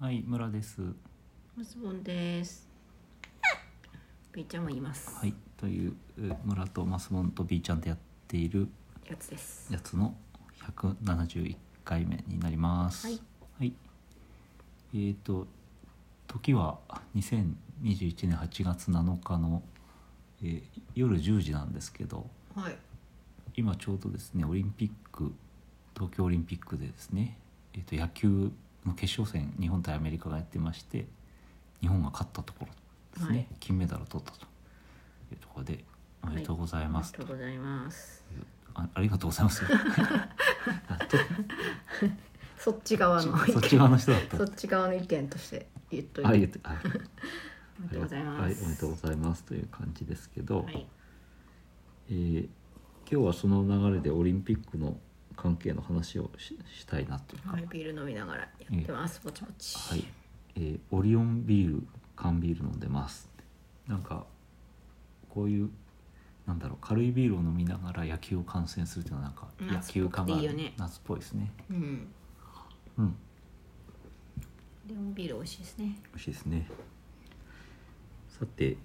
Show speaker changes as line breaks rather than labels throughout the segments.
はい、村です。
マスボンです。ピーちゃんもいます。
はい、というう村とマスボンと B ちゃんでやっている
やつです。
やつの171回目になります。
はい、
えーと時は2021年8月7日の、えー夜10時なんですけど、
はい。
今ちょうどですねオリンピック東京オリンピックでですね、えー、と野球の決勝戦日本対アメリカがやってまして日本が勝ったところですね、
はい
金メダルを取ったというところでおめでとうございます
あり
と
が
いう、
とうございます。
あありがとうござい ます あと
そっち側の意見
そっち側の人だった
そっち側の意見として言っといて。
は
あ
い
り
えっとはい
がとうございま
はい
す。
おめでとうございますという感じですけど、
はい。
えー今日はその流れでオリンピックの関係の話をししたいなというか、
はいビール飲みながらやってます。ぼちぼち。
はい、えーオリオンビール缶ビール飲んでますなんかこういうなんだろう軽いビールを飲みながら野球を観戦するっていうのはなんか野
夏っ
球
ぽく
感
て
が
い
あ
いよ
る
ね
夏っぽいですね
うん。
うん
レモンビール美味しいですね。
美味しいですねさて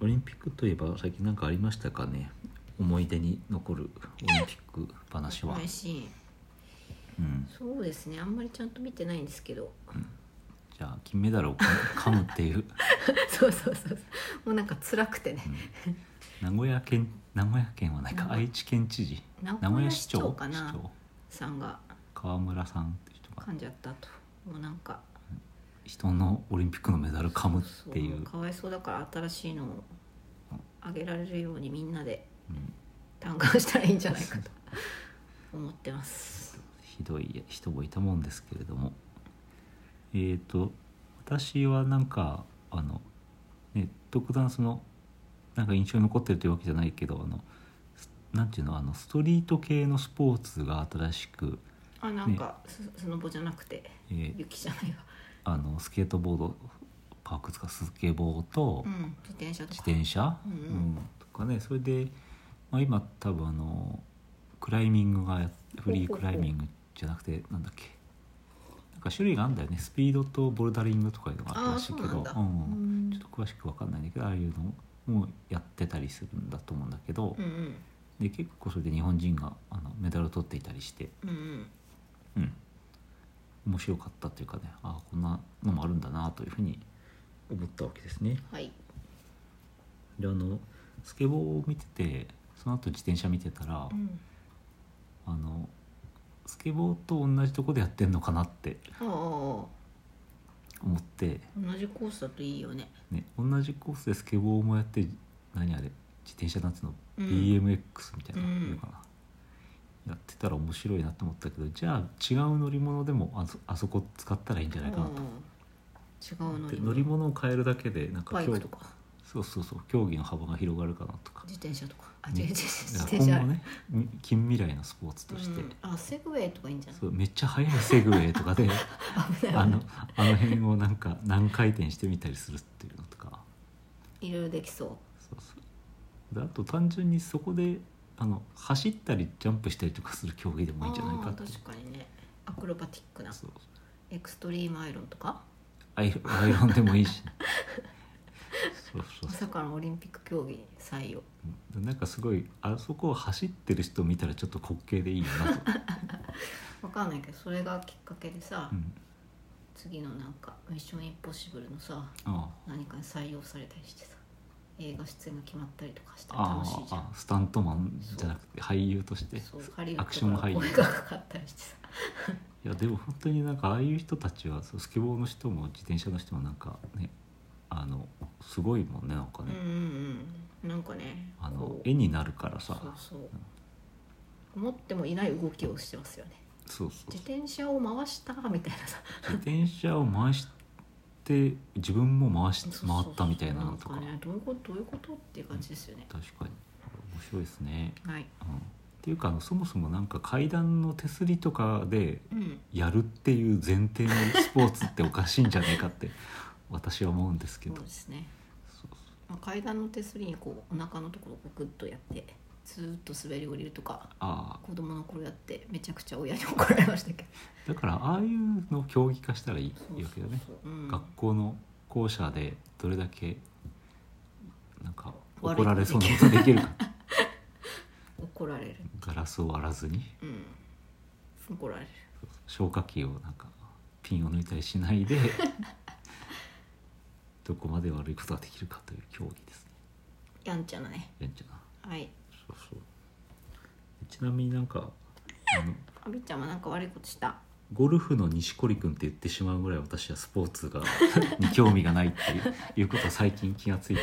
オリンピックといえば最近何かありましたかね思い出に残るオリンピック話 は
嬉、しい。
うん、
そうですね。あんまりちゃんと見てないんですけど。
じゃあ金メダルを噛むっていう
そうそうそうそう。もうなんか辛くてね。
名古屋県名古屋県はないか
名古
愛知県知事
名古屋市長かなさんが
川村さんって人が
噛んじゃったと。もうなんか。
人のオリンピックのメダル噛むってい
そうかわいそうだから新しいのをあげられるようにみんなで
うん
嘆願したらいいんじゃないかと思ってます
ひどい人もいたもんですけれどもえっ、と私はなんかあのね特段そのなんか印象に残ってるというわけじゃないけどあのすなんていうのあのストリート系のスポーツが新しく、
あなんか、ススノボじゃなくて
えー
雪じゃないわ
あのスケートボードパークつかスケボーと、
うん自転車と
自
か
転車、
うんうん
とかねそれで、まあ、今多分あのクライミングがやフリークライミングじゃなくてなんだっけなんか種類があるんだよねスピードとボルダリングとかいうのがあるらしいけ
あーそ
ど
うなんだ
うん
うん
ちょっと詳しく分かんないんだけどああいうのもやってたりするんだと思うんだけど、
うんうん
で結構それで日本人があのメダルを取っていたりして、
うんうん
うん、面白かったというかねああこんなのもあるんだなというふうに思ったわけですね。
はい
であのスケボーを見ててその後自転車見てたら、
うん
あのスケボーと同じとこでやってんのかなって
ああ
思って、
同じコースだといいよね
ね、同じコースでスケボーもやって何あれ自転車なんていうの、
うん
BMX みたいな
うん
のかな、やってたら面白いなと思ったけどじゃあ違う乗り物でもあそあそこ使ったらいいんじゃないかなと
うん。違う乗
で
り
乗
物
り物を変えるだけでなんか
バイ
競
クとか
そうそうそう競技の幅が広がるかなとか
自転車とかあ
ね
違う違う違う自転
今
車
後ねみ近未来のスポーツとして、
うん、あセグウェイとかいいんじゃない
そうめっちゃ速いセグウェイとか で
危ない
あ
危な
のあの辺をなんか何回転してみたりするっていうのとか
いいろいろできそう
そうそうであと単純にそこであの走ったりジャンプしたりとかする競技でもいいんじゃないかって
あー確かにねアクロバティックな
そう
エクストリームアイロンとか
アイロンアイロンでもいいしそうそう
ま
そ
さかのオリンピック競技に採用
うなんかすごいあそこを走ってる人見たらちょっと滑稽でいいよなと、
わかんないけどそれがきっかけでさ、
うん、
次のなんか「ミッションインポッシブル」のさ
あ
何かに採用されたりしてさ映画出演が決まったりとかし
あ
たら
あ
楽しいじゃ
あ
ん
スタントマンじゃなくて俳優として
そうハリウ
アクショ
ッ
ン
ドか
俳
ら
優
声がかかったりしてさ
いやでも本当になんかああいう人たちはそうスケボーの人も自転車の人もなんかねあのすごいもんねなんか
うんう
ね、
んうんなんかね
あの
こう
絵になるから
そ
さ
うそう思ってもいない動きをしてますよね
そうそう
自転車を回したみたいなさ
自転車を回して自分も回し
そうそうそう
回ったみたいなのとか
んね、どういうことどういうことっていう感じですよね、
確かに面白いですね、う
はい
ん、っていうかあのそもそもなんか階段の手すりとかで
うん
やるっていう前提のスポーツっておかしいんじゃないかって私は思うんですけ
そ
ど
うですね、
そうそう
まあ、階段の手すりにこうお腹のところをこうグッとやってずーっと滑り降りるとか
ああ
子供の頃やってめちゃくちゃ親に怒られましたけど
だからああいうのを競技化したらいい
そう
わけだね
そうそううん
学校の校舎でどれだけなんか
悪
怒
いこと
られそうなことできるか
怒られる
ガラスを割らずに
うん怒られる
消火器をなんかピンを抜いたりしない でどこまで悪いことができるかという競技ですね
やんちゃなね
レンちゃんな
はい
そうそうちなみになんかあの
あみっちゃんはなんか悪いことした
ゴルフの錦織君って言ってしまうぐらい私はスポーツが に興味がないっていういうことを最近気がついて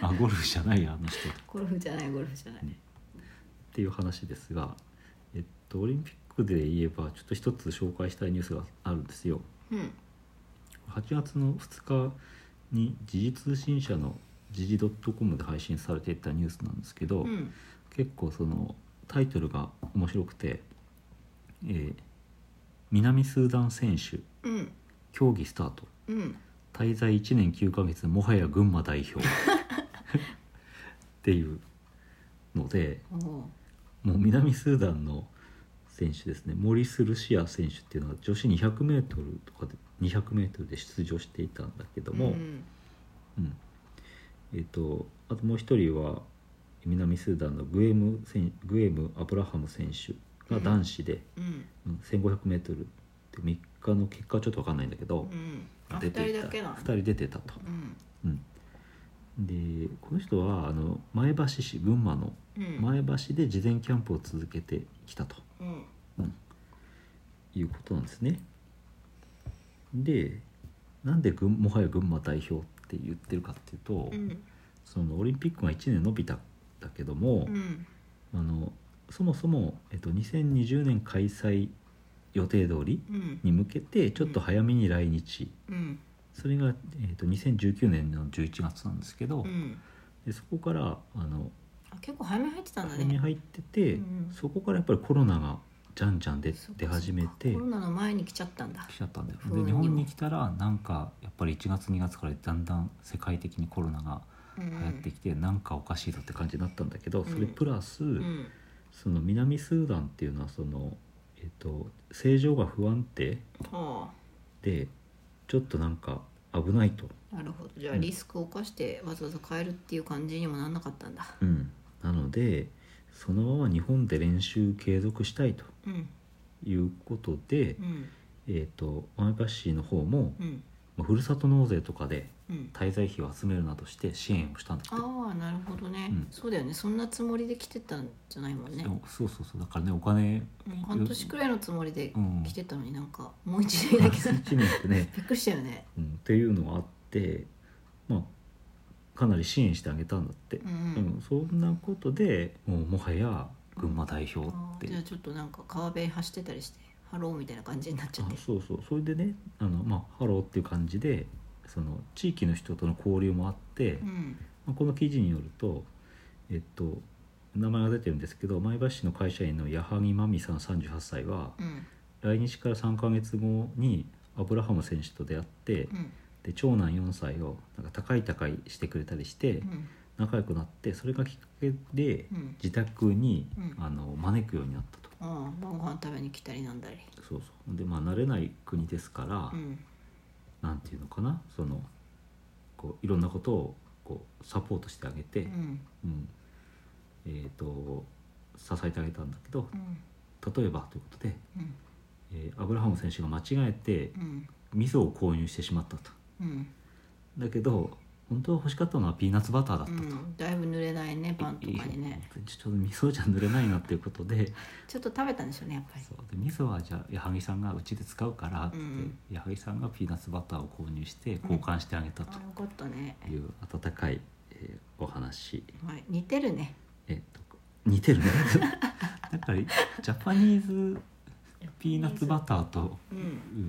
あゴルフじゃないやあの人っ
ゴルフじゃないゴルフじゃない
ていう話ですが、えっと、オリンピックで言えばちょっと一つ紹介したいニュースがあるんですよ。
うん
8月の2日に時事通信社の時事 .com で配信されていたニュースなんですけど、
うん
結構そのタイトルが面白くて、えー南スーダン選手
うん
競技スタート
うん
滞在1年9ヶ月もはや群馬代表っていうので
おお
もう南スーダンの選手ですねモリス・ルシア選手っていうのは女子 200m とかで 200m で出場していたんだけども、
うん
うんえっ、とあともう一人は南スーダンのグエム選グエム・アブラハム選手が男子で、
うん
うん、1500m って3日の結果はちょっと分かんないんだけど
う、んあ
出
二
てい
人
た
だけなの
二人出てたと、
うん
うん、でこの人はあの前橋市群馬の
うん
前橋で事前キャンプを続けてきたと
うん
いうことなんですねでなんで群もはや群馬代表って言ってるかっていうと、
うん
そのオリンピックが1年延びたんだけども、
うん
あのそもそも、えっと、2020年開催予定通り
うん
に向けてちょっと早めに来日、
うん
それが、えっと、2019年の11月なんですけど、
うん
でそこからあの
あ結構早めに入ってたんだ
ここに
ね
入ってて、
うんうん
そこからやっぱりコロナがじゃんじゃん出
そっか
出始めて
コロ
来
ナの前に来ちゃったんだ
ちゃったんだよ
不安に
で
も
日本に来たらなんかやっぱり1月2月からだんだん世界的にコロナが
うん
流行ってきて、なんかおかしいぞって感じになったんだけど
ん
それプラス、
うん
その南スーダンっていうのはその、えっと政情が不安定
あ
でちょっとなんか危ないと、
あなるほどじゃあ
うん
リスクを冒してわざわざ変えるっていう感じにもなんなかったんだ
うん、なのでそのまま日本で練習継続したいと
うん
いうことで
う、ん
えっと前橋市の方も
うん
まあふるさと納税とかで
うん
滞在費を集めるなどして支援をしたんだって
ああなるほどね、
うん
そうだよねそんなつもりで来てたんじゃないもんね
で、もそうそうそうだからねお金
うん半年くらいのつもりで
うん
来てたのになんかもう一年だけさ
1年ってね、
びっくりしたよね
うん、っていうのがあってまあかなり支援してあげたんだって、
うん、
うん、そんなことでもうもはや群馬代表
あ
っ
ー
て
じゃあちょっとなんか川辺走ってたりしてハローみたいな感じになっちゃっ
あ
て
そうそうそれでねあの、まあ、ハローっていう感じでその地域の人との交流もあって、
うん
まあ、この記事によるとえっと名前が出てるんですけど前橋市の会社員の矢作真美さん38歳は
うん
来日から3ヶ月後にアブラハム選手と出会って、
うん
で長男4歳をなんか高い高いしてくれたりして
うん
仲良くなってそれがきっかけで
うん
自宅に、
うん
あの招くようになったと。
ああ晩ご飯食べに来たりなんだり
そうそうでまあ慣れない国ですから、
うん
なんていうのかなそのこういろんなことをこうサポートしてあげて、
う
うん
ん
えー、と支えてあげたんだけど
うん
例えばということで、
うん
えーアブラハム選手が間違えて
うん
味噌を購入してしまったと
うん
だけど本当は欲しかったのはピーナッツバターだっ
う
たと。
ん、だいぶ濡れないねパンと
いい
かにね
ちょっと味噌じゃ塗れないなっていうことで
ちょっと食べたんでしょうねやっぱり
そうで味噌はじゃあ矢作さんがうちで使うからって、
うん
矢作さんがピーナッツバターを購入して交換してあげたと
あよかったね
いう温かい、えーお話
はい似てるね
えっと似てるね だからジャパニーズピーナッツバターと
うん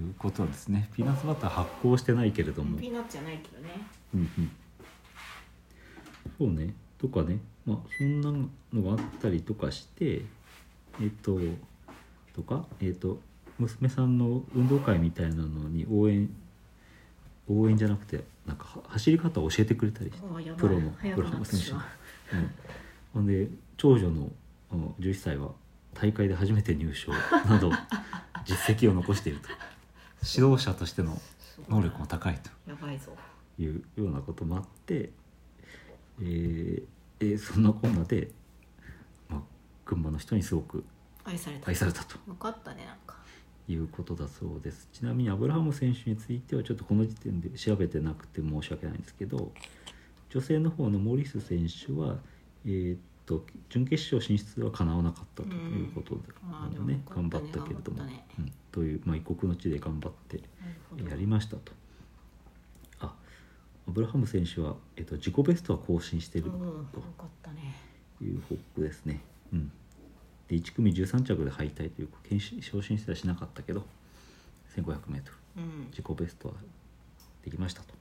いうことなんですねピーナッツバター発酵してないけれども、
ピーナッツじゃないけどね
うんうんそうねとかねまあそんなのがあったりとかしてえっととかえっと娘さんの運動会みたいなのに応援応援じゃなくてなんかは走り方を教えてくれたりして
あやばい
プロの
早
プ
く
ロ
なっ
の
て
選
し
手の
ま。
うん、ほんで長女のうん11歳は大会で初めて入賞 など実績を残していると指導者としての
そう
能力も高いと
やばいぞ
いうようなこともあって、えーえーそんなこんなで、まあ、群馬の人にすごく
愛された
愛されたと
よかったねなんか
いうことだそうですちなみにアブラハム選手についてはちょっとこの時点で調べてなくて申し訳ないんですけど女性の方のモリス選手は、えーっと準決勝進出は叶わなかったということで、
うん
あのね、
あーで
頑
も
張ったけれども、
頑張ったね
うん、という、まあ、異国の地で頑張って
なるほど
やりましたと。あアブラハム選手は、えっと、自己ベストは更新している
うんよ
と
かったね
いう報告ですね。うん、で1組13着で敗退という検視昇進してはしなかったけど 1500m
うん
自己ベストはできましたと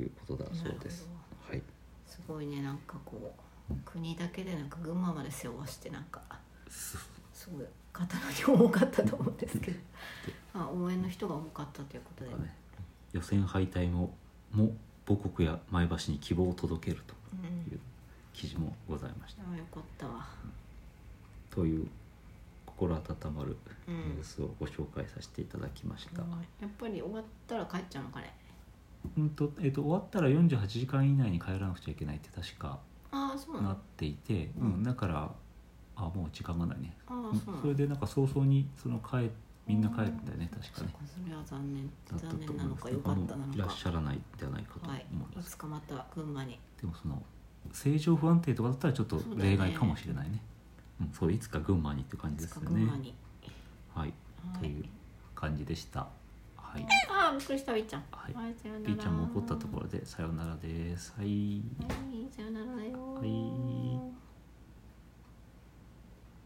いうことだそうです
なる。
はい、
すごいねなんかこう国だけでなく群馬まで背負わしてなんか
す
すごい方の量多かったと思うんです けどあ応援の人が多かったということで、
なんかね予選敗退もも母国や前橋に希望を届ける
う
とい
ん
う記事もございました。
あよかったわ
という心温まる
うん
ニュースをご紹介させていただきました、うん
やっぱり終わったら帰っちゃうのかね
とえっと終わったら48時間以内に帰らなくちゃいけないって確か
ああそうなの
なっていて、うんだからあもう時間がないね、
あ
う
あ
ん
そうな
それ
の
でなんか早々にその帰みんな帰るんだよね確か
そっ
ね
かそれは残念
だったと
残
思い
念なの
ます
かよかった
あ
なの
のい
から
っしゃらないんじゃないかと
は
思
い
い
い
ます、
つかまた群馬に
でもその正常不安定とかだったらちょっと例外かもしれないねうん、そういつか群馬にって感
い
じで
つ
す
か
よ
群
ね
馬に、
はい、
は
とい
いう
感じでしたはい
ああびっくりしたびっちゃん
はい
はいさよなら
ピーちゃんも怒ったところでさようならです。はい。
はいさよならよ
はい